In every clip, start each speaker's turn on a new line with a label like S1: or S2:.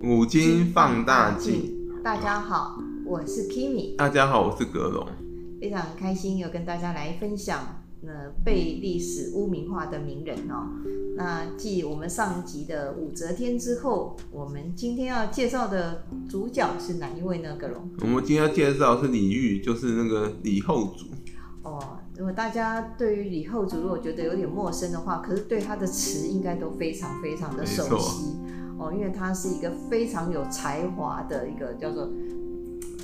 S1: 古今放大镜。
S2: 嗯大家好，我是 Kimi，
S1: 大家好，我是格龙。
S2: 非常开心又跟大家来分享呃被历史污名化的名人哦。那继我们上一集的武则天之后，我们今天要介绍的主角是哪一位呢？格龙
S1: 我们今天要介绍的是李煜，就是那个李后主。
S2: 哦，如果大家对于李后主如果觉得有点陌生的话，可是对他的词应该都非常非常的熟
S1: 没错
S2: 悉哦，因为他是一个非常有才华的一个叫做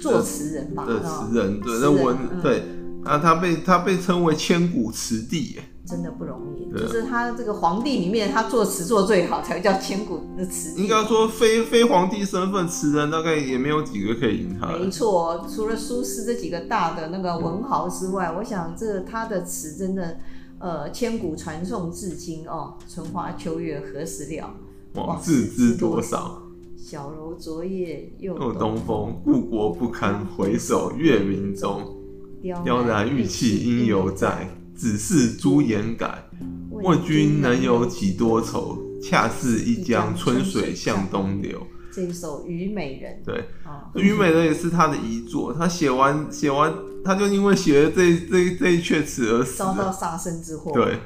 S2: 作词人吧，
S1: 的
S2: 哦
S1: 词人，对，
S2: 诗
S1: 那
S2: 人
S1: 文、
S2: 嗯
S1: 对，啊，他被他被称为千古词帝耶，
S2: 真的不容易，
S1: 嗯对
S2: 就是他这个皇帝里面，他作词做最好，才会叫千古的词帝。
S1: 应该说非非皇帝身份词人，大概也没有几个可以赢他
S2: 没
S1: 的。
S2: 错，除了苏轼这几个大的那个文豪之外，我想这他的词真的，呃，千古传颂至今哦。春花秋月何时了？
S1: 往
S2: 往
S1: 事
S2: 事
S1: 知
S2: 知
S1: 多
S2: 多
S1: 少
S2: 少？小楼昨夜又
S1: 又东风，故国不堪回首，月明中。
S2: 雕
S1: 雕
S2: 栏
S1: 栏玉砌应犹在，只是朱颜改。问君能有几多？愁？恰似一江春水向东流。
S2: 这一首《虞美人
S1: 对，》
S2: 啊，
S1: 虞美人也是他的遗作，他写完写完，他就因为写了这这这一阙词而死
S2: 遭到
S1: 了。
S2: 杀身之祸。
S1: 对，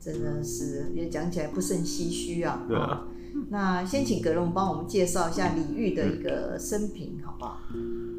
S2: 真的是也讲起来不胜唏嘘啊。
S1: 对啊
S2: 哦那先请格隆帮我们介绍一下李煜的一个生平，好不好？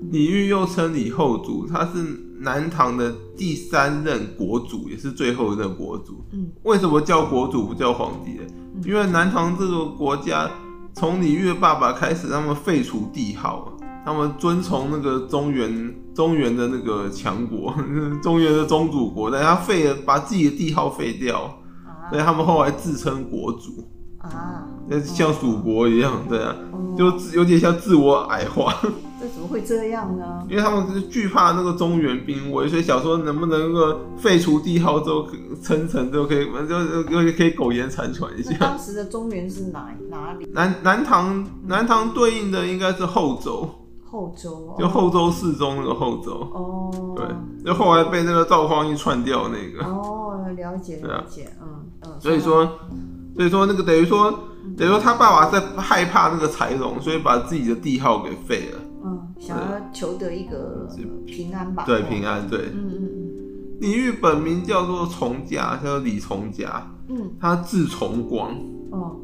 S1: 李煜又称李后主，他是南唐的第三任国主，也是最后一任国主。
S2: 嗯，
S1: 为什么叫国主不叫皇帝呢？
S2: 嗯
S1: 因为南唐这个国家从李煜的爸爸开始，他们废除帝号，啊他们遵从那个中原中原的那个强国， 中原的宗主国，但他废了，把自己的帝号废掉，
S2: 啊
S1: 所以他们后来自称国主，
S2: 啊，
S1: 那像蜀国一样，对啊，
S2: 哦
S1: 就自有点像自我矮化。
S2: 这怎么会这样呢？
S1: 因为他们是惧怕那个中原兵威，所以想说能不能够废除帝号之后，称臣就可以，就就就可以苟延残喘一
S2: 那
S1: 下。
S2: 当时的中原是哪哪里？
S1: 南南唐南唐对应的应该是后周，
S2: 后周哦
S1: 就后周世宗那个后周，
S2: 哦，
S1: 对，就后来被那个赵匡胤串掉那个。
S2: 哦，了解
S1: 对啊
S2: 了解，嗯嗯，
S1: 所以说，所以说那个等于说，等于说他爸爸在害怕那个柴荣，所以把自己的帝号给废了，
S2: 嗯，想要求得一个
S1: 是
S2: 平安吧，
S1: 对
S2: 哦
S1: 平，安对。
S2: 嗯嗯
S1: 李煜本名叫做从家，叫做李从家，
S2: 嗯
S1: 他字从光。
S2: 嗯，哦，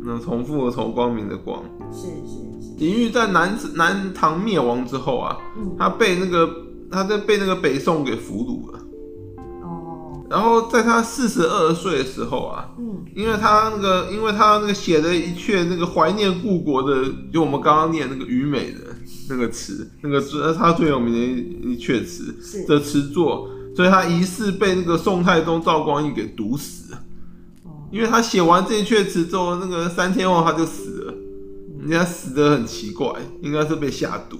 S1: 那重复的重，光明的光。
S2: 是是是，
S1: 李煜在南南唐灭亡之后啊，
S2: 嗯
S1: 他被那个他在被那个北宋给俘虏了。
S2: 哦，
S1: 然后在他四十二岁的时候啊，
S2: 嗯
S1: 因为他那个因为他那个写了一阙那个怀念故国的，就我们刚刚念那个虞美的那个词，那个最他最有名的一一阙词
S2: 是
S1: 的词作，所以他疑似被那个宋太宗赵光义给毒死了。
S2: 哦
S1: 因为他写完这一阙词之后，那个三天后他就死了，人
S2: 嗯
S1: 家死的很奇怪，应该是被下毒，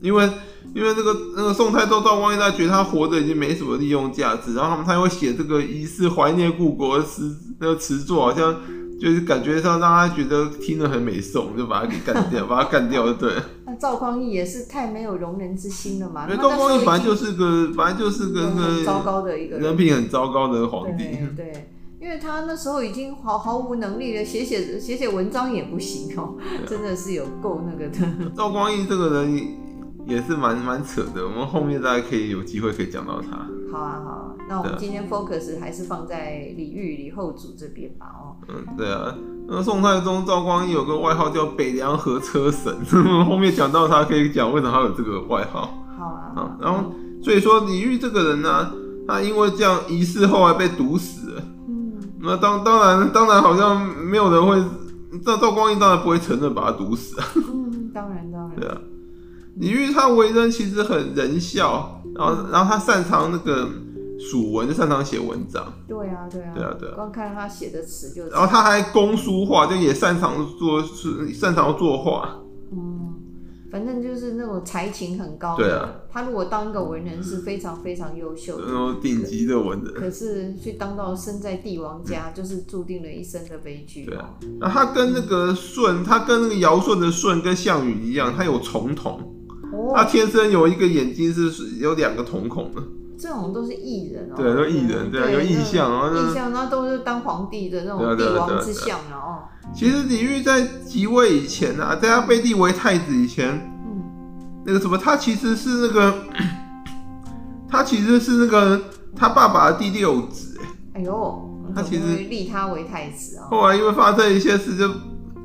S1: 因为因为那个那个宋太宗赵光义他觉得他活着已经没什么利用价值，然后他们他又写这个疑似怀念故国的诗那个词作，好像就是感觉上让他觉得听得很美颂，就把他给干 掉，把他干掉就对了。
S2: 那赵匡胤也是太没有容人之心了嘛，
S1: 因为
S2: 他
S1: 赵光义
S2: 啊那时候
S1: 本来就
S2: 已
S1: 是个本来就是
S2: 经
S1: 个
S2: 很糟
S1: 那
S2: 糕的一个
S1: 个人品很糟糕的皇帝，
S2: 对对，因为他那时候已经毫毫无能力了，写写写写文章也不行哦、
S1: 啊
S2: 真的是有够那个的。
S1: 赵光义这个人也是蛮蛮扯的，我们后面大家可以有机会可以讲到他。
S2: 好啊好啊，那我
S1: 对啊
S2: 们今天 focus 还是放在李煜、李后主这边吧哦。
S1: 嗯，对啊。那宋太宗赵光义有个外号叫北凉河车神， 后面讲到他可以讲为什么他有这个外号。
S2: 好啊，好
S1: 啊
S2: 啊
S1: 然后所以说李煜这个人呢、他因为这样疑似后来被毒死了。
S2: 嗯，
S1: 那当当然当然好像没有人会，赵赵光义当然不会承认把他毒死啊
S2: 嗯，当然当
S1: 对
S2: 然，
S1: 啊，李煜他为人其实很仁孝，然后然后他擅长那个蜀文，就擅长写文章，
S2: 对啊对啊，
S1: 对啊对啊
S2: 光看他写的词就知
S1: 然后他还工书画，就也擅长做是擅长作画，
S2: 嗯，反正就是那种才情很高的。
S1: 对啊，
S2: 他如果当一个文人是非常非常优秀
S1: 那
S2: 的。
S1: 种顶级的文人。
S2: 可是去当到身在帝王家，就是注定了一生的悲剧、
S1: 对啊
S2: 哦。
S1: 然后他跟那个舜，他跟那个尧舜的舜跟项羽一样，他有重瞳，
S2: 哦，
S1: 他天生有一个眼睛是有两个瞳孔的，
S2: 这种都是艺人哦，
S1: 对，都艺人对啊，
S2: 对
S1: 有意向，然后
S2: 那种
S1: 就
S2: 意象，然后都是当皇帝的那
S1: 对啊
S2: 种
S1: 对啊
S2: 帝
S1: 对啊
S2: 王
S1: 对
S2: 之
S1: 啊
S2: 相了哦，
S1: 其实李煜在即位以前啊，在他被立为太子以前，
S2: 嗯，
S1: 那个什么，他其实是那个，他其实是那个他爸爸的第六子。哎
S2: 哎呦，我们
S1: 他
S2: 怎
S1: 其
S2: 么
S1: 实
S2: 会立他为太子哦，
S1: 后来因为发生一些事，就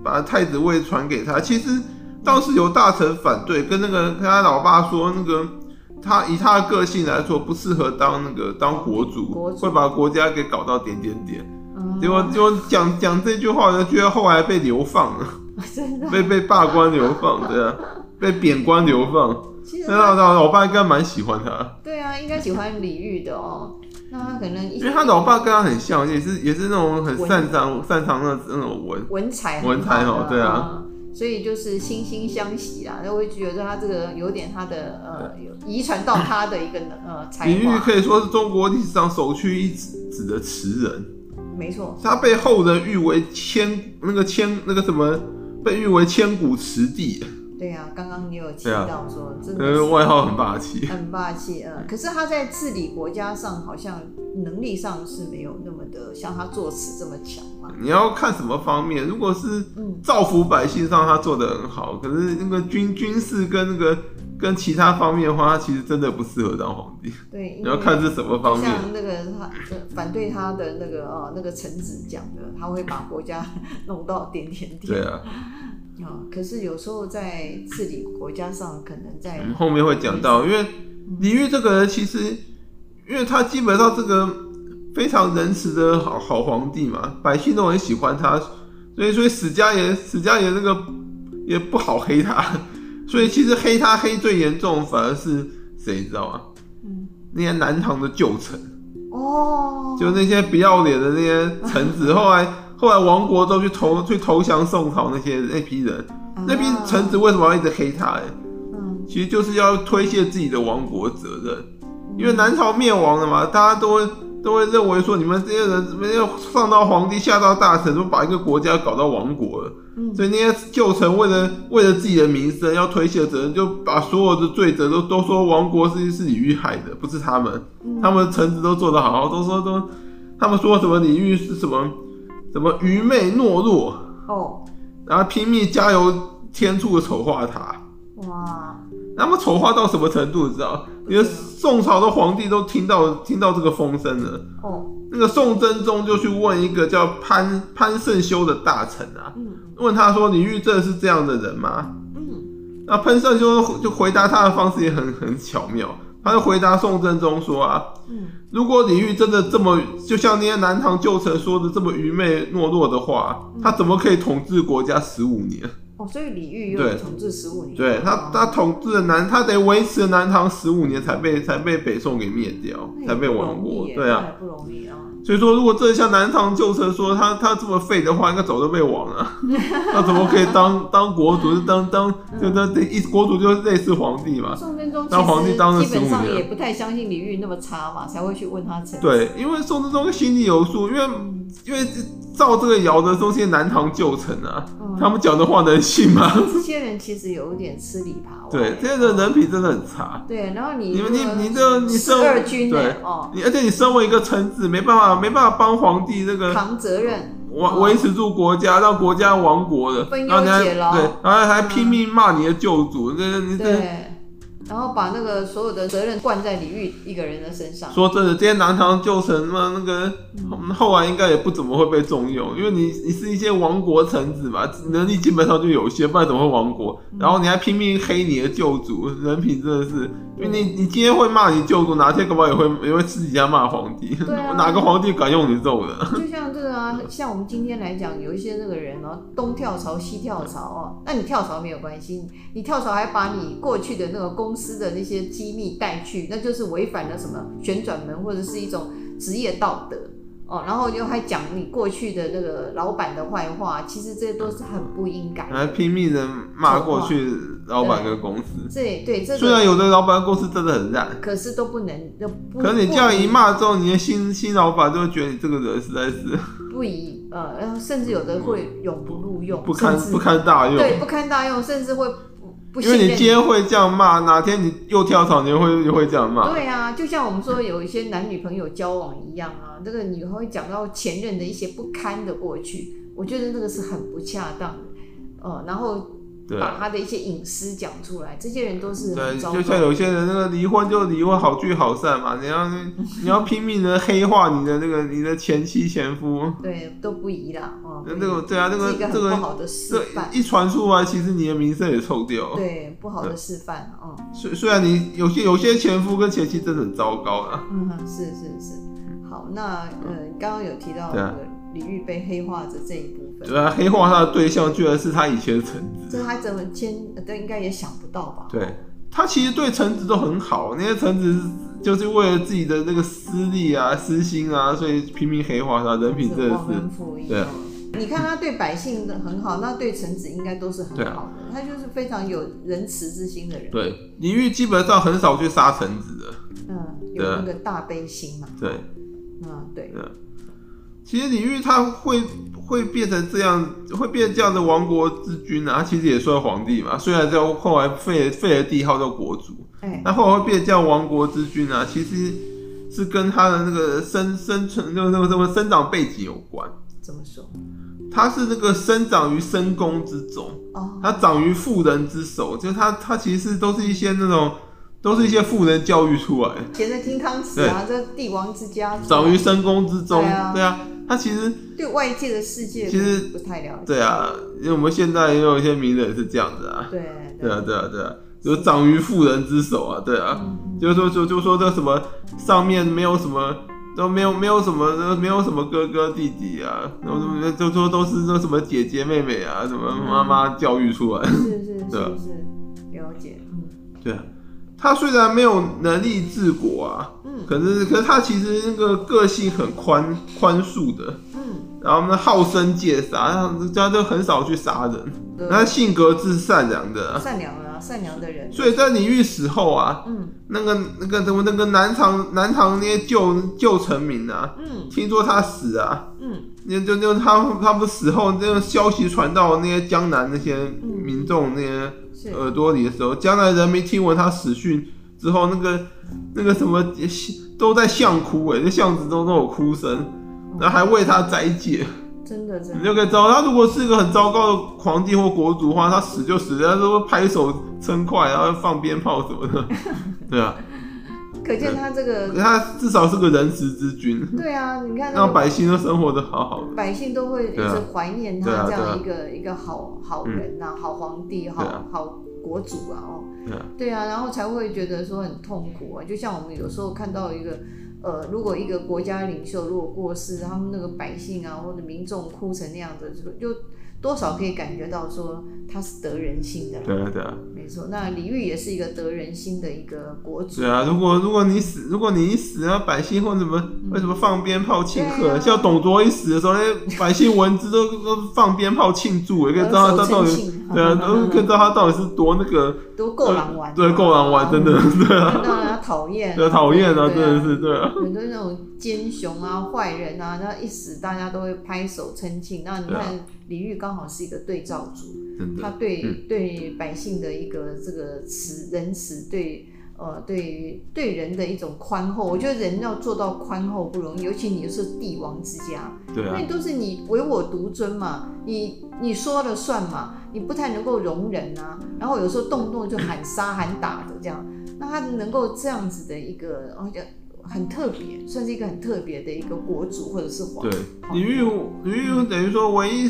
S1: 把太子位传给他。其实当时有大臣反对，跟那个跟他老爸说，那个他以他的个性来说，不适合当那个当国主，
S2: 国主
S1: 会把国家给搞到点点点。
S2: 嗯
S1: 结果结果讲讲这句话呢，居然后来被流放了，
S2: 嗯 真的，
S1: 被被罢官流放，对啊，被贬官流放。
S2: 其实
S1: 那老
S2: 他
S1: 老老爸应该蛮喜欢他，
S2: 对啊，应该喜欢李煜的哦，那他可能一
S1: 因为他老爸跟他很像，也是也是那种很
S2: 文
S1: 擅长擅长那那种文。
S2: 文采很
S1: 文采
S2: 好
S1: 好
S2: 的
S1: 对啊
S2: 嗯所以就是惺惺相惜啊啦。那我会觉得他这个有点他的呃，有遗传到他的一个呃才
S1: 李煜
S2: 华，
S1: 可以说是中国历史上首屈一指的词人，
S2: 没错，
S1: 他被后人誉为千那个千那个什么，被誉为千古词帝，
S2: 对啊。刚刚你有提
S1: 对啊
S2: 到说，真的
S1: 呃，
S2: 是
S1: 外号很霸气。
S2: 很霸气，
S1: 嗯
S2: 呃，可是他在治理国家上好像能力上是没有那么的像他作词这么强嘛，
S1: 你要看什么方面，如果是
S2: 嗯
S1: 造福百姓上，他做的很好，可是那个军军事跟那个跟其他方面的话，他其实真的不适合当皇帝。
S2: 对，因
S1: 你
S2: 为
S1: 要看是什么
S2: 就
S1: 方面。
S2: 像那个他呃反对他的那个呃那个臣子讲的，他会把国家 弄到点点
S1: 对。
S2: 点
S1: 啊，
S2: 啊、可是有时候在治理国家上，可能在
S1: 我们后面会讲到，因为李煜这个人其实，因为他基本上这个非常仁慈的好好皇帝嘛，百姓都很喜欢他，所以所以史家也史家也那个也不好黑他，所以其实黑他黑最严重反而是谁你知道吗？
S2: 嗯
S1: 那些南唐的旧臣，
S2: 哦，
S1: 就那些不要脸的那些臣子，后来后来亡国都去投去投降宋朝那些那批人，那批
S2: 啊
S1: 臣子为什么要一直黑他、欸？
S2: 嗯，
S1: 其实就是要推卸自己的亡国责任，因为南朝灭亡了嘛，大家都会都会认为说你们这些人没有上到皇帝下到大臣，都把一个国家搞到亡国了，
S2: 嗯
S1: 所以那些旧臣为了为了自己的名声要推卸责任，就把所有的罪责都都说亡国是是李煜害的，不是他们，
S2: 嗯
S1: 他们臣子都做得好好，都说都他们说什么李煜是什么什么愚昧懦弱，
S2: 哦，
S1: 然后拼命加油添醋地丑化他。
S2: 哇，
S1: 他们丑化到什么程度，你知道？
S2: 不知道
S1: 连宋朝的皇帝都听到听到这个风声了。
S2: 哦，
S1: 那个宋真宗就去问一个叫潘潘胜修的大臣啊，
S2: 嗯
S1: 问他说：“李煜这是这样的人吗
S2: 嗯，？”
S1: 那潘胜修就回答他的方式也很很巧妙，他就回答宋真宗说：“啊，
S2: 嗯，
S1: 如果李煜真的这么，就像那些南唐旧臣说的这么愚昧懦弱的话，他怎么可以统治国家十五年？”
S2: 哦，所以李煜
S1: 对
S2: 又统治十五年，
S1: 对他，他统治的南，他得维持南唐十五年才被才被北宋给灭掉，才被亡国。对啊，，
S2: 不容易啊，
S1: 所以说如果真的像南唐旧臣说他他这么废的话，应该早就被亡 了。那怎么可以当当国主？就当当就当一国主就是类似皇帝嘛？
S2: 宋真宗
S1: 当皇帝
S2: 其实
S1: 当了
S2: 基本上
S1: 15年
S2: 也不太相信李煜那么差嘛，才会去问他臣子，
S1: 对，因为宋真宗心里有数，因为因为照这个尧的东西，南唐旧臣啊，
S2: 嗯
S1: 他们讲的话能信吗？
S2: 这些人其实有一点吃里扒外，啊
S1: 对，这些人人品真的很差。
S2: 对，然后你
S1: 你们你你
S2: 这
S1: 这你
S2: 十
S1: 身
S2: 二军呢
S1: 对，
S2: 哦，
S1: 你而且你身为一个臣子，没办法没办法帮皇帝那个
S2: 扛责任，
S1: 维维持住国家，让国家亡国的，
S2: 哦分
S1: 然后你还
S2: 忧解劳嗯
S1: 对，然后还拼命骂你的旧主，这你这
S2: 对，然后把那个所有的责任灌在李煜一个人的身上。
S1: 说真的，这些南唐旧臣嘛，那个嗯后来应该也不怎么会被重用，因为你你是一些亡国臣子嘛，能力基本上就有限，不然怎么会亡国？
S2: 嗯
S1: 然后你还拼命黑你的旧主，人品真的是，因为你你今天会骂你旧主，哪天搞不好也会也会私底下骂皇帝，
S2: 对啊
S1: 哪个皇帝敢用你这种人？
S2: 就像这个啊，像我们今天来讲，有一些那个人哦，东跳槽西跳槽哦，那你跳槽没有关系，你跳槽还把你过去的那个公司的那些机密带去，那就是违反了什么旋转门或者是一种职业道德哦，然后又还讲你过去的那个老板的坏话，其实这都是很不应该的。
S1: 还拼命的骂过去老板跟公司。
S2: 这对这
S1: 虽
S2: 个
S1: 然有的老板公司真的很烂，
S2: 可是都不能，都不
S1: 可是你这样一骂之后，你的新新老板就会觉得你这个人实在是
S2: 不以呃，然后甚至有的会永不录用，
S1: 不堪
S2: 甚至
S1: 不堪大用。
S2: 对不堪大用，甚至会不不
S1: 因为
S2: 信
S1: 你
S2: 任。
S1: 今天会这样骂，哪天你又跳槽，你又会又会这样骂。
S2: 对啊，就像我们说有一些男女朋友交往一样啊，这个你会讲到前任的一些不堪的过去，我觉得那个是很不恰当的。呃，然后
S1: 对啊
S2: 把他的一些隐私讲出来，这些人都是
S1: 对，
S2: 很糟
S1: 就
S2: 糕
S1: 像有些人那个离婚就离婚，好聚好散 嘛。你要你要拼命的黑化你的那个你的前妻前夫，
S2: 对都不宜啦。哦、
S1: 那那个对啊，那个
S2: 是一个
S1: 这
S2: 很不
S1: 个
S2: 好的示
S1: 这
S2: 范，
S1: 一传出来，其实你的名声也臭掉。
S2: 对不好的示范，嗯。
S1: 虽虽然你有些有些前夫跟前妻真的很糟糕啊，
S2: 嗯，是是是。好，那呃，刚刚有提到
S1: 对啊
S2: 呃李玉被黑化的这一部分，
S1: 对啊，黑化他的对象居然是他以前的臣子。
S2: 这他怎么签？呃这应该也想不到吧？
S1: 对他其实对橙子都很好，那些橙子就是为了自己的那个私利啊、私心啊，所以拼命黑化他，人品真的
S2: 忘
S1: 是
S2: 恩负义。嗯
S1: 对啊
S2: 你看他对百姓的很好，那对臣子应该都是很
S1: 对啊
S2: 好的，他就是非常有仁慈之心的人。
S1: 对李煜基本上很少去杀橙子的，
S2: 嗯，有
S1: 对啊
S2: 那个大悲心嘛。
S1: 对。
S2: 嗯，对，
S1: 其实李煜他会会变成这样，会变成这样的亡国之君啊，他其实也算皇帝嘛。虽然在后来废了废了帝号叫国主，
S2: 哎，
S1: 那后来会变成这样亡国之君啊，其实是跟他的那个生生存那个那个什么生长背景有关。
S2: 怎么说？
S1: 他是那个生长于深宫之中，
S2: 哦，
S1: 他长于富人之手，就是他他其实都是一些那种都是一些富人教育出来的。
S2: 以前的金汤匙啊，这帝王之家，
S1: 长于深宫之中，
S2: 对啊
S1: 对啊，他其实
S2: 对外界的世界
S1: 其实
S2: 不太了解。
S1: 对啊，因为我们现在也有一些名人是这样子啊，
S2: 对
S1: 对啊，对啊，对啊，就长于妇人之手啊，对啊，
S2: 嗯
S1: 就是说就就说这什么上面没有什么。都没有没有什么没有什么哥哥弟弟啊，然后什么就说都是那什么姐姐妹妹啊，什么妈妈教育出 来。
S2: 是是是
S1: 对啊
S2: 是，了解，嗯
S1: 对啊，他虽然没有能力治国啊，
S2: 嗯
S1: 可是可是他其实那个个性很宽宽恕的，
S2: 嗯，
S1: 然后呢好生戒杀，然后他就很少去杀人，
S2: 对
S1: 他性格是善良的啊、
S2: 善良啊，善良的人，
S1: 所以在李煜死后啊，
S2: 嗯
S1: 那个那个什么那个南唐南唐那些旧旧臣民啊，
S2: 嗯
S1: 听说他死啊，
S2: 嗯
S1: 那就就他他不死后，那个消息传到那些江南那些民众那些
S2: 是
S1: 耳朵里的时候，江南人民听闻他死讯之后，那个那个什么都在巷哭哎、那巷子中都有哭声。然后还为他斋戒，
S2: 真的真
S1: 你
S2: 的，
S1: 就可以知道，他如果是一个很糟糕的皇帝或国主的话，他死就死，他都会拍手称快，然后放鞭炮什么的，对啊。
S2: 可见他这
S1: 可
S2: 个
S1: 是他至少是个仁慈之君，
S2: 对啊，你看那
S1: 让
S2: 个
S1: 百姓都生活的好好的。
S2: 百姓都会一
S1: 对啊
S2: 直怀念
S1: 对
S2: 他
S1: 啊对
S2: 这
S1: 啊
S2: 样一个一个好好人呐，好皇帝，
S1: 对
S2: 好
S1: 啊
S2: 好国主啊，哦，
S1: 对啊，
S2: 对啊，然后才会觉得说很痛苦啊，就像我们有时候看到一个。呃，如果一个国家领袖如果过世，他们那个百姓啊或者民众哭成那样子，就就多少可以感觉到说他是得人心的啦。
S1: 对啊，对啊，
S2: 没错，那李煜也是一个得人心的一个国主
S1: 对，啊。如果如果你死，如果你一死，然后百姓或怎么为什么放鞭炮庆贺？
S2: 嗯对啊
S1: 像董卓一死的时候，那百姓闻之都都放鞭炮庆祝，也可以知道
S2: 额
S1: 他
S2: 手嗯
S1: 到
S2: 称
S1: 底。
S2: 庆
S1: 对啊，都可以知道他到底是多那个，
S2: 都够狼玩，
S1: 对，够狼玩，真的，对啊，
S2: 让人家讨厌，
S1: 对啊，讨厌啊，
S2: 嗯对
S1: 真的是，对啊，
S2: 很多那种奸雄啊、坏人啊，那一死大家都会拍手称庆。那你
S1: 对啊
S2: 看李煜刚好是一个对照组，
S1: 真
S2: 他
S1: 的，
S2: 对、
S1: 嗯
S2: 对百姓的一个这个慈仁慈，对呃对于对人的一种宽厚。我觉得人要做到宽厚不容易，尤其你又是帝王之家，
S1: 对啊
S2: 那，都是你唯我独尊嘛，你你说了算嘛，你不太能够容忍啊。然后有时候动不动就喊杀喊打的这样，那他能够这样子的一个，而且很特别，算是一个很特别的一个国主或者是皇
S1: 对
S2: 帝。，
S1: 李煜，李煜等于说唯一，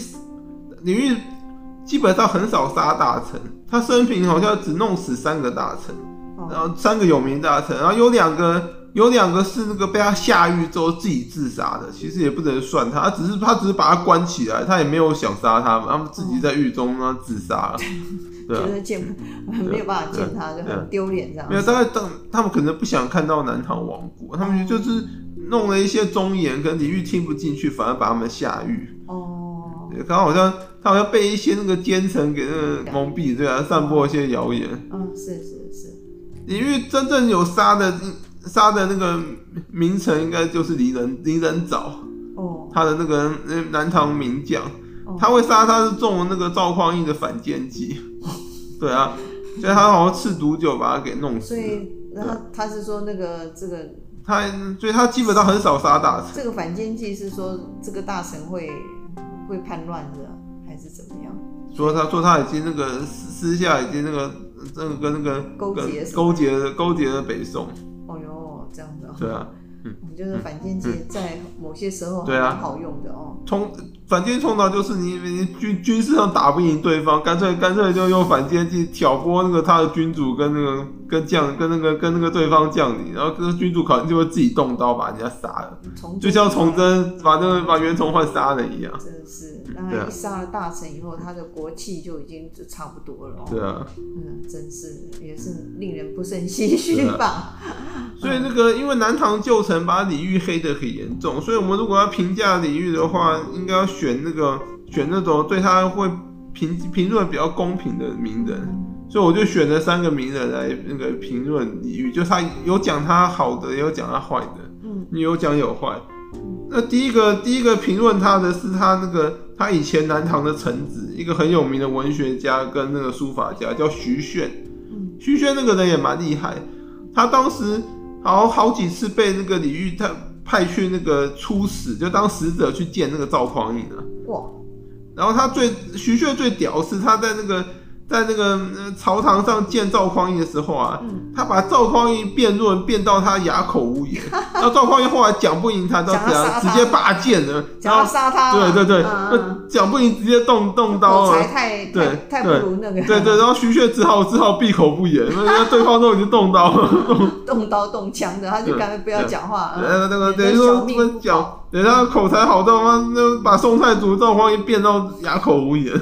S1: 李煜基本上很少杀大臣，他生平好像只弄死三个大臣，然
S2: 哦，
S1: 后呃三个有名大臣，然后有两个有两个是那个被他下狱之后自己自杀的，其实也不能算他，他只是他只是把他关起来，他也没有想杀他们，他们自己在狱中呢自杀了，对啊
S2: 觉，得见没有办法见他，就
S1: 对啊
S2: 很丢脸这样
S1: 没。有，大概当他们可能不想看到南唐王国，他们就是弄了一些忠言，可能李煜听不进去，反而把他们下狱。
S2: 哦，
S1: 对，他好像他好像被一些那个奸臣给那个蒙蔽，对啊，散播一些谣言。
S2: 嗯，是是是，
S1: 李煜真正有杀的杀的那个名臣，应该就是李仁李仁藻，
S2: 哦，
S1: 他的那个呃南唐名将，
S2: 哦
S1: 他会杀他是中了那个赵匡胤的反间计。对啊，所以他好像吃毒酒把他给弄死
S2: 所
S1: 了。
S2: 以然后他是说那个这个
S1: 他所以他基本上很少杀大臣，
S2: 这个反间计是说这个大臣会会叛乱的，还是怎么样？
S1: 说他说他已经那个私私下已经那个那个跟那个
S2: 勾结
S1: 跟
S2: 什么
S1: 勾结了勾结了北宋，
S2: 哦哟，这样子哦，
S1: 对啊，
S2: 就是反间计在某些时候
S1: 嗯
S2: 还
S1: 对啊
S2: 蛮好用的哦。
S1: 冲反间冲突就是你你军军事上打不赢对方，干脆干脆就用反间计挑拨那个他的君主跟那个跟将跟那个跟那个对方将领，然后这个君主可能就会自己动刀把人家杀了，
S2: 从
S1: 嗯就像崇祯把那个把袁崇焕杀了一样，
S2: 真的是，
S1: 嗯
S2: 让
S1: 对
S2: 他
S1: 啊
S2: 一杀了大臣以后，他的国气就已经就差不多了哦。
S1: 对啊。
S2: 嗯，真是也是令人不胜唏嘘吧。
S1: 所以那个，因为南唐旧城把李煜黑的很严重，所以我们如果要评价李煜的话，应该要选那个选那种对他会评评论比较公平的名
S2: 嗯
S1: 人。所以我就选了三个名人来那个评论李煜，就他有讲他好的，也有讲他坏的，
S2: 嗯
S1: 你有讲有坏。那第一个第一个评论他的是他那个他以前南唐的臣子，一个很有名的文学家跟那个书法家叫徐铉。
S2: 嗯
S1: 徐宣那个人也蛮厉害，他当时好好几次被那个李煜他派去那个出使，就当使者去见那个赵匡胤啊。
S2: 哇，
S1: 然后他最徐铉最屌是他在那个在那个呃朝堂上见赵匡胤的时候啊，
S2: 嗯，
S1: 他把赵匡胤辩论辩到他哑口无 言，然后赵匡胤后来讲不赢他，到
S2: 想要
S1: 这样
S2: 杀
S1: 直
S2: 他
S1: 接拔剑了，然
S2: 想要
S1: 后
S2: 杀他啊，
S1: 对对对，
S2: 嗯
S1: 那讲不赢直接动动刀
S2: 口
S1: 啊
S2: 才。太太
S1: 对
S2: 太不如那个，
S1: 对对，然后徐铉只好只好闭口不言，因为对方都已经动刀了。
S2: 动刀动枪的，他就干脆不要讲话。嗯
S1: 呃，那个等于说他们讲，人家口才好到他妈那把宋太祖赵匡胤变到哑口无言。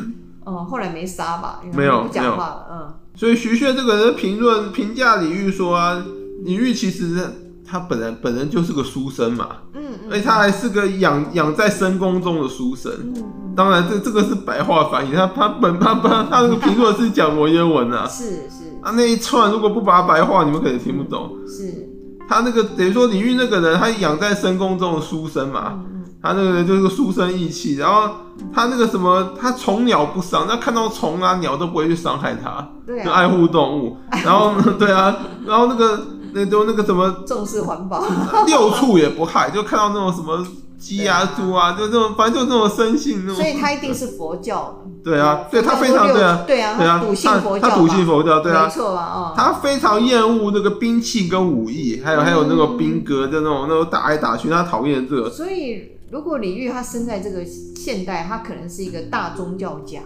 S2: 哦，后来没杀吧？因为
S1: 没有
S2: 不讲话了。嗯
S1: 所以徐铉这个人的评论评价李煜说啊，李煜其实他本来本人就是个书生嘛，
S2: 嗯嗯嗯，
S1: 而哎且他还是个养养在深宫中的书生。
S2: 嗯嗯
S1: 当然这，这个是白话翻译，他他本他他他那个评论是讲文言文啊，
S2: 是是
S1: 啊那一串如果不把它白话，你们可能听不懂。
S2: 是，
S1: 他那个等于说李煜那个人，他养在深宫中的书生嘛，
S2: 嗯
S1: 他那个就是个书生意气，然后他那个什么，他虫鸟不伤，那看到虫啊鸟都不会去伤害他，
S2: 嗯，对
S1: 就
S2: 啊，
S1: 爱护动物。然后 对啊，然后那个那就那个什么
S2: 重视环保，
S1: 六畜也不害，就看到那种什么鸡啊
S2: 对啊
S1: 猪啊，就这种 反正就这种生性那
S2: 所以
S1: 种。
S2: 他一定是佛教的。
S1: 对啊，对他
S2: 佛
S1: 非
S2: 教
S1: 常
S2: 六
S1: 对啊，
S2: 对啊，
S1: 对啊
S2: 他笃，信
S1: 他
S2: 佛教
S1: 他
S2: 吧，
S1: 笃信佛教，对啊
S2: 没，错吧？啊，
S1: 他非常厌恶那个兵器跟武艺，还有还有那个兵革
S2: 嗯
S1: 的那种那种打来打去，他讨厌这个。
S2: 所以，如果李煜他生在这个现代，他可能是一个大宗教家，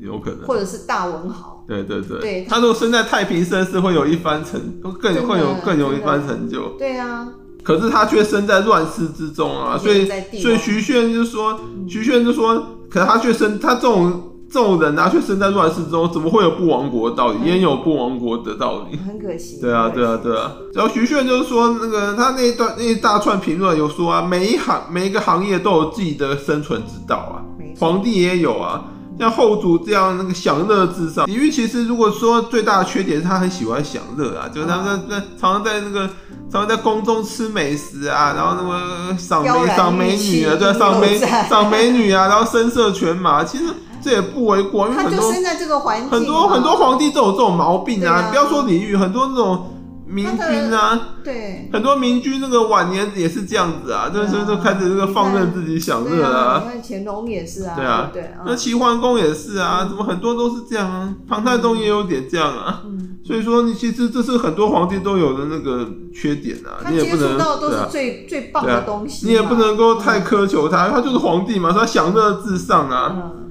S1: 有可能。
S2: 或者是大文豪。
S1: 对对对，
S2: 对
S1: 他如果身在太平盛世，会有一番成，更
S2: 真的
S1: 会有更有一
S2: 真的
S1: 番成就。
S2: 对啊，
S1: 可是他却身在乱世之中啊，
S2: 一
S1: 所
S2: 个人
S1: 以
S2: 在嗯帝王
S1: 所以徐铉就说，徐铉就说，可是他却身他这种这种人啊，却身在乱世之中，怎么会有不亡国的道理？焉有不亡国的道理？
S2: 很可惜。
S1: 对啊，对啊，对啊。然后徐铉就是说，那个他那一段那一大串评论有说啊，每一行每一个行业都有自己的生存之道啊，
S2: 没错
S1: 皇帝也有啊，像后主这样那个享乐至上。李煜其实如果说最大的缺点是他很喜欢享乐啊，就是他在在常常在那个常常在宫中吃美食啊，然后那么赏
S2: 飘
S1: 美
S2: 然
S1: 赏
S2: 欲
S1: 美
S2: 泣
S1: 女啊，对啊，赏美
S2: 意犹在
S1: 赏美女啊，然后声色犬马，其实这也不为过，因为
S2: 他
S1: 很
S2: 就
S1: 多
S2: 生在这个环境啊嘛，
S1: 很多很多皇帝都有这种毛病
S2: 对
S1: 啊！
S2: 啊
S1: 不要说李煜，很多那种明君啊，
S2: 对。
S1: 很多明君那个晚年也是这样子啊，
S2: 对
S1: 就
S2: 啊
S1: 就就开始这个放任自己享
S2: 对
S1: 乐
S2: 啊，
S1: 啊。
S2: 你看乾隆也是啊，
S1: 对啊
S2: 对啊，
S1: 那
S2: 嗯
S1: 齐桓公也是啊，怎么很多都是这样啊？唐太宗也有点这样啊。
S2: 嗯，
S1: 所以说，你其实这是很多皇帝都有的那个缺点啊，
S2: 他
S1: 你也
S2: 接
S1: 不
S2: 触
S1: 能
S2: 到都
S1: 对
S2: 是
S1: 啊，
S2: 最最棒
S1: 对啊
S2: 的东西嘛，
S1: 你也不能够太苛求他，他就是皇帝嘛，所以他享乐至上啊。
S2: 嗯，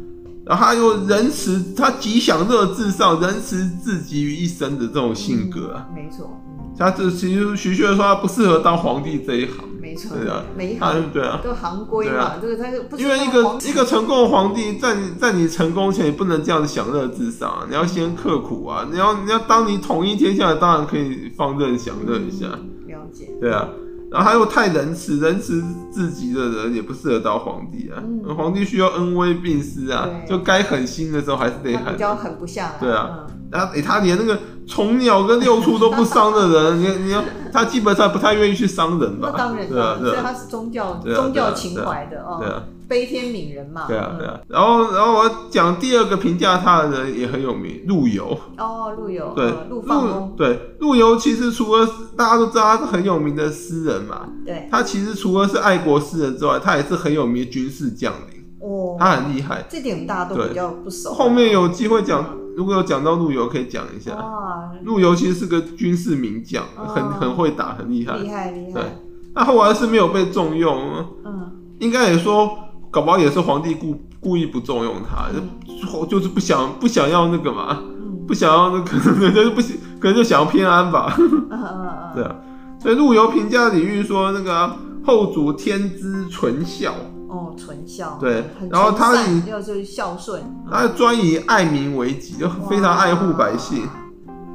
S1: 然后他又仁慈，他极享乐至上，仁慈至极于一身的这种性格啊。
S2: 嗯没错，
S1: 他这其实徐铉说他不适合当皇帝这一行，
S2: 没错
S1: 对啊，
S2: 每一
S1: 他
S2: 行
S1: 对啊，
S2: 都行规
S1: 对
S2: 嘛
S1: 啊，
S2: 这个他就不知
S1: 因
S2: 道
S1: 为一个
S2: 皇
S1: 一个成功的皇帝，在你在你成功前，你不能这样子享乐至上、啊，你要先刻苦啊，你要你要当你统一天下，当然可以放任享乐一下，
S2: 了解，
S1: 对啊。然后他又太仁慈，仁慈至极的人也不适合当皇帝啊。
S2: 嗯
S1: 皇帝需要恩威并施啊，
S2: 对
S1: 就该狠心的时候还是得
S2: 他
S1: 狠
S2: 比。较狠不下来，
S1: 对啊
S2: 嗯，
S1: 然后诶，他连那个虫鸟跟六畜都不伤的人，你你要他基本上不太愿意去伤人吧？
S2: 那当然
S1: 对啊
S2: 了，，
S1: 对
S2: 所以
S1: 啊，
S2: 他是宗教
S1: 对啊
S2: 宗教
S1: 对啊
S2: 情
S1: 对啊
S2: 怀的
S1: 对
S2: 哦，
S1: 啊，
S2: 悲天悯人嘛。
S1: 对啊，对
S2: 嗯
S1: 啊。然后，然后我要讲第二个评价他的人也很有名，陆游。
S2: 哦，陆游，
S1: 对
S2: 呃，陆放
S1: 陆
S2: 翁，
S1: 对陆游其实除了大家都知道他是很有名的诗人嘛，
S2: 对，
S1: 他其实除了是爱国诗人之外，他也是很有名的军事将领，
S2: 哦，
S1: 他很厉害。
S2: 这点我们大家都
S1: 对
S2: 比较不熟。
S1: 后面有机会讲，如果有讲到陆游，可以讲一下。
S2: 哇，
S1: 陆游其实是个军事名将，很
S2: 哦
S1: 很会打，很厉害。
S2: 厉害厉
S1: 啊对
S2: 害，
S1: 那后来是没有被重用，
S2: 嗯，
S1: 应该也说，搞不好也是皇帝故故意不重用他，
S2: 嗯
S1: 就就是不想不想要那个嘛。
S2: 嗯
S1: 不想要那可能 就是不想，可能就想要偏安吧，
S2: 嗯嗯
S1: 对
S2: 嗯
S1: 啊。所以陆游评价李煜说那个啊、后主天资纯孝，
S2: 嗯，哦，纯孝，
S1: 对
S2: 很
S1: 然后
S2: 纯
S1: 他
S2: 善
S1: 以
S2: 要就是孝顺，
S1: 他专以爱民为己，就非常爱护百姓。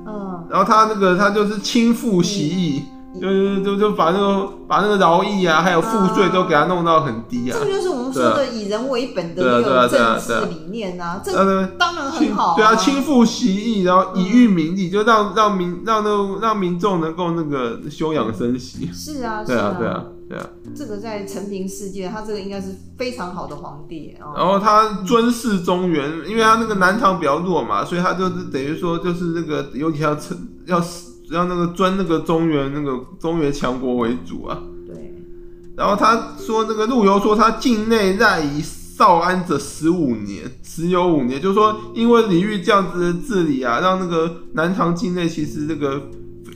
S2: 嗯，
S1: 然后他那个他就是亲附习义，
S2: 嗯
S1: 就是就就把那个把那个劳役啊，还有赋税都给他弄到很低啊
S2: 这。个就是我们说的以人为本的
S1: 对啊
S2: 那
S1: 对啊
S2: 种
S1: 对啊
S2: 政
S1: 对啊
S2: 治理念啊，这
S1: 他呢，
S2: 当然
S1: 亲
S2: 很好，
S1: 对啊，亲附习义，然后以育民力，就让让民让那让民众能够那个休养生息。
S2: 是啊是
S1: 对啊，对啊，对啊。
S2: 这个在陈平世界，他这个应该是非常好的皇帝
S1: 然
S2: 哦，
S1: 后他尊视中原，因为他那个南唐比较弱嘛，所以他就是等于说就是那个有点要成要要那个尊那个中原那个中原强国为主啊。
S2: 对，
S1: 然后他说那个陆游说他境内赖以少安者十五年，十有五年，就是说因为李煜这样子的治理啊，让那个南唐境内其实这个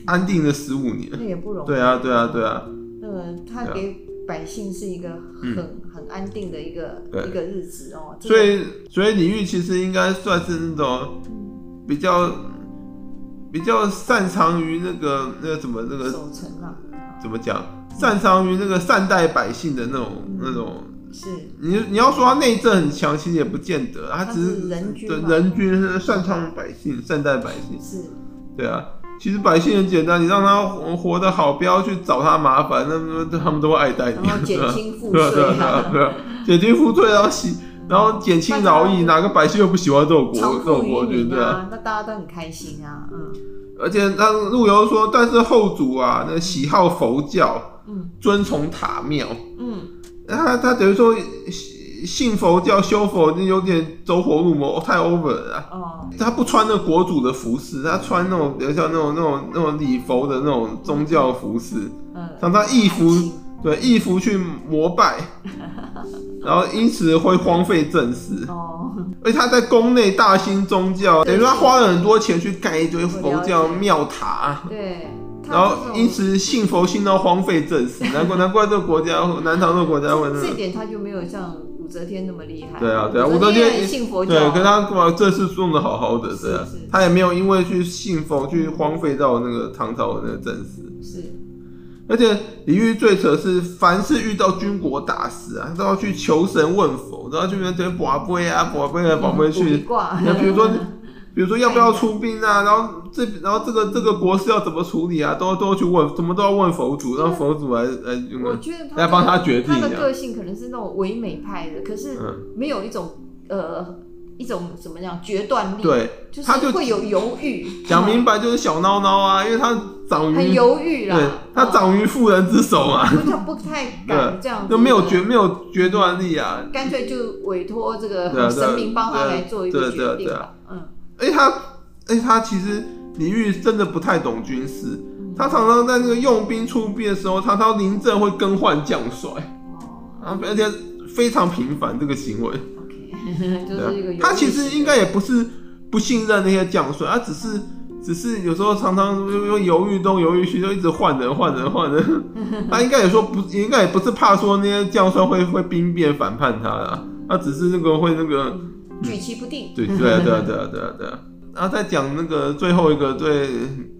S1: 安定了十五年。
S2: 那也不容易，
S1: 对啊，对啊，对啊，
S2: 那个他给百姓是一个很、很安定的一个
S1: 嗯对
S2: 一个日子哦，这个
S1: 所以所以李煜其实应该算是那种
S2: 嗯
S1: 比较比较擅长于那个那个怎么那个
S2: 守成啊，
S1: 怎么讲，擅长于那个善待百姓的那种那种。
S2: 是
S1: 你你要说他内政很强，其实也不见得，啊他
S2: 他
S1: 只
S2: 是人君
S1: 对
S2: 嘛
S1: 人均是擅长于百姓，善待百姓，
S2: 是
S1: 对啊。其实百姓很简单，你让他活活得好，不要去找他麻烦，那那他们都会爱戴你，
S2: 然后减
S1: 对啊
S2: 轻赋
S1: 对啊
S2: 税
S1: 对 啊对啊，减轻赋税，然后洗，然后减轻劳役，哪个百姓又不喜欢这种国
S2: 长
S1: 这种
S2: 富于
S1: 国君，
S2: 民
S1: 对啊。
S2: 啊，那大家都很开心啊，嗯
S1: 而且那陆游说，但是后主啊，那喜好佛教，
S2: 嗯
S1: 遵从塔庙，
S2: 嗯，
S1: 他他等于说信信佛教、修佛，就有点走火入魔，太 over 了啊、
S2: 哦，
S1: 他不穿那国主的服饰，他穿那种比较像那种那种那种礼佛的那种宗教服饰，
S2: 嗯，
S1: 常常义服
S2: 感情
S1: 对义服去膜 拜，然后因此会荒废政事。
S2: 哦，
S1: 而且他在宫内大兴宗教，等于说他花了很多钱去盖一堆佛教
S2: 我了解
S1: 庙塔。
S2: 对，他
S1: 然后
S2: 这
S1: 因
S2: 种
S1: 此信佛信到荒废政 史，难怪难怪这个国家南唐这个国家会那
S2: 这
S1: 个。
S2: 点他就没有像武则天那么厉害，
S1: 对啊对啊
S2: 武
S1: 武则天
S2: 也信佛教，
S1: 对，跟他把这事弄得好好的，
S2: 是
S1: 对啊
S2: 是，
S1: 他也没有因为去信佛去荒废到那个唐朝的那个政史。
S2: 是
S1: 而且李煜最扯是，凡是遇到军国大事啊，都要去求神问佛，都要去那边卜龟啊、卜龟啊、卜龟
S2: 卜
S1: 去。
S2: 卦，
S1: 那比如说，比如说要不要出兵啊，然后这然后这个这个国事要怎么处理啊，都都要去问，怎么都要问佛祖，让佛祖来来那
S2: 我
S1: 个
S2: 觉得他
S1: 嗯来帮他决定
S2: 他
S1: 这
S2: 的
S1: 样。
S2: 个性可能是那种唯美派的，可是
S1: 嗯
S2: 没有一种呃一种怎么讲决断力，，
S1: 对，
S2: 就是
S1: 他就
S2: 会有犹豫，
S1: 讲明白就是小孬孬啊，因为他长
S2: 很
S1: 于
S2: 犹豫
S1: 对
S2: 啦，，
S1: 他长于妇人之手啊，
S2: 嗯不他 不太敢这样子，
S1: 就没有决，没有决断力啊。
S2: 干脆就委托这
S1: 对啊
S2: 个
S1: 对啊
S2: 神明帮他来做一个
S1: 对啊
S2: 决
S1: 对啊
S2: 定
S1: 对啊
S2: 吧，嗯，
S1: 而且他，而且他其实李煜真的不太懂军事，他常常在那个用兵出兵的时候，常常临阵会更换将帅，
S2: 哦
S1: 啊，而且非常频繁这个行为。
S2: 嗯，OK，就
S1: 对啊
S2: 是一个犹豫，
S1: 他其实应该也不是不信任那些将帅，他只是只是有时候常常又又犹豫东犹豫西，就一直换人换人换人。 他应该也说不，应该也不是怕说那些将帅会会兵变反叛他啦，他只是那个会那个
S2: 举棋不定，
S1: 嗯对对啊对啊对啊对啊对啊。然后再讲那个最后一个对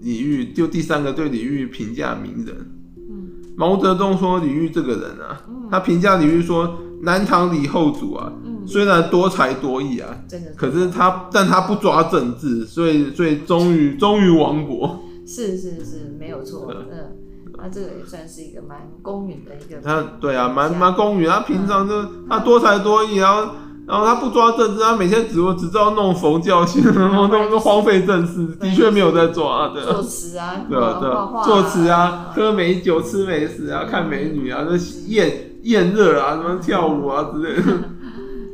S1: 李煜，就第三个对李煜评价名人，
S2: 嗯
S1: 毛泽东说李煜这个人啊，他评价李煜说南唐李后主啊，
S2: 嗯，
S1: 虽然多才多艺啊，
S2: 真的，
S1: 可是他，但他不抓政治，所以所以终于终于亡国。
S2: 是是是没有错，
S1: 嗯
S2: 嗯。那这个也算是一个蛮公允的一个，
S1: 他对啊，蛮蛮公允。他平常就他多才多艺，然后然后他不抓政治，他每天只会只知道弄佛教信，弄弄弄荒废政治，的确没有在抓
S2: 作
S1: 的。
S2: 词啊，
S1: 对啊对
S2: 画画
S1: 啊，作词啊，，喝美酒、吃美食啊，看美女啊，那艳艳热啊，什么跳舞啊之类的。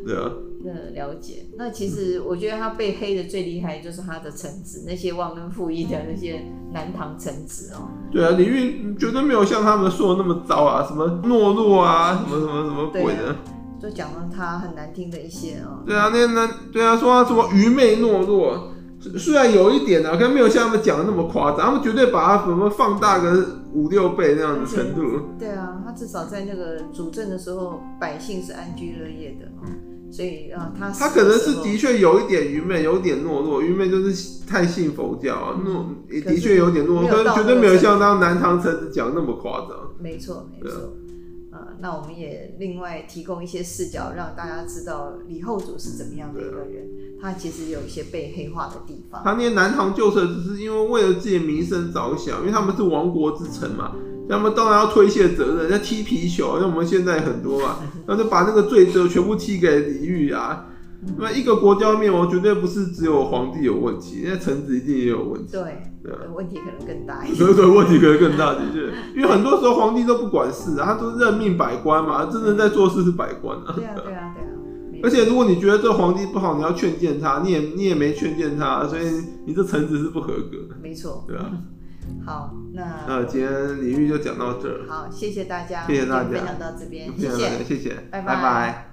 S1: 对啊，
S2: 那嗯了解。那其实我觉得他被黑的最厉害就是他的臣子，那些忘恩负义
S1: 嗯
S2: 的那些南唐臣子哦，
S1: 对啊，李煜绝对没有像他们说的那么糟啊，什么懦弱啊，什么什么什么鬼
S2: 对
S1: 的。
S2: 就讲了他很难听的一些哦。
S1: 对啊，那那对啊，说他什么愚昧懦弱，虽虽然有一点啊，可是没有像他们讲的那么夸张，他们绝对把它什么放大个五六倍那样的程度。
S2: 对啊，他至少在那个主政的时候，百姓是安居乐业的哦，所以啊，他
S1: 嗯他
S2: 死
S1: 可能
S2: 的
S1: 是
S2: 时候
S1: 的确有一点愚昧，有一点懦弱。愚昧就是太信佛教啊，懦也的确有点懦弱，
S2: 嗯可
S1: 可
S2: 是
S1: 是绝对
S2: 没有到那个
S1: 没有
S2: 程
S1: 像当南唐臣子讲那么夸张。
S2: 没错，没
S1: 对啊
S2: 错。呃，那我们也另外提供一些视角，让大家知道李后主是怎么样的一
S1: 啊
S2: 个人。他其实有一些被黑化的地 方。
S1: 他念南唐旧社，只是因为为了自己的名声着想，因为他们是亡国之臣嘛，他们当然要推卸责任，要踢皮球，啊像我们现在很多 嘛，那就把那个罪责全部踢给李煜啊。
S2: 嗯
S1: 那一个国家灭亡，绝对不是只有皇帝有问题，那臣子一定也有问题，
S2: 对，
S1: 对啊。
S2: 呃问题可能更 大一点。
S1: 所以说问题可能更大，的确，因为很多时候皇帝都不管事啊，他都任命百官嘛，真正在做事是百官啊。
S2: 对啊，对啊，对啊。没
S1: 而
S2: 错
S1: 且如果你觉得这皇帝不好，你要劝谏他，你也你也没劝谏他，所以你这臣子是不合格的，
S2: 没错。
S1: 对啊。
S2: 好，那
S1: 那今天李煜就讲到这儿，
S2: 好，谢谢大家，
S1: 谢谢大家
S2: 今天分享到这边，
S1: 谢
S2: 谢
S1: 谢大家，谢谢，
S2: 拜
S1: 拜
S2: 拜
S1: 拜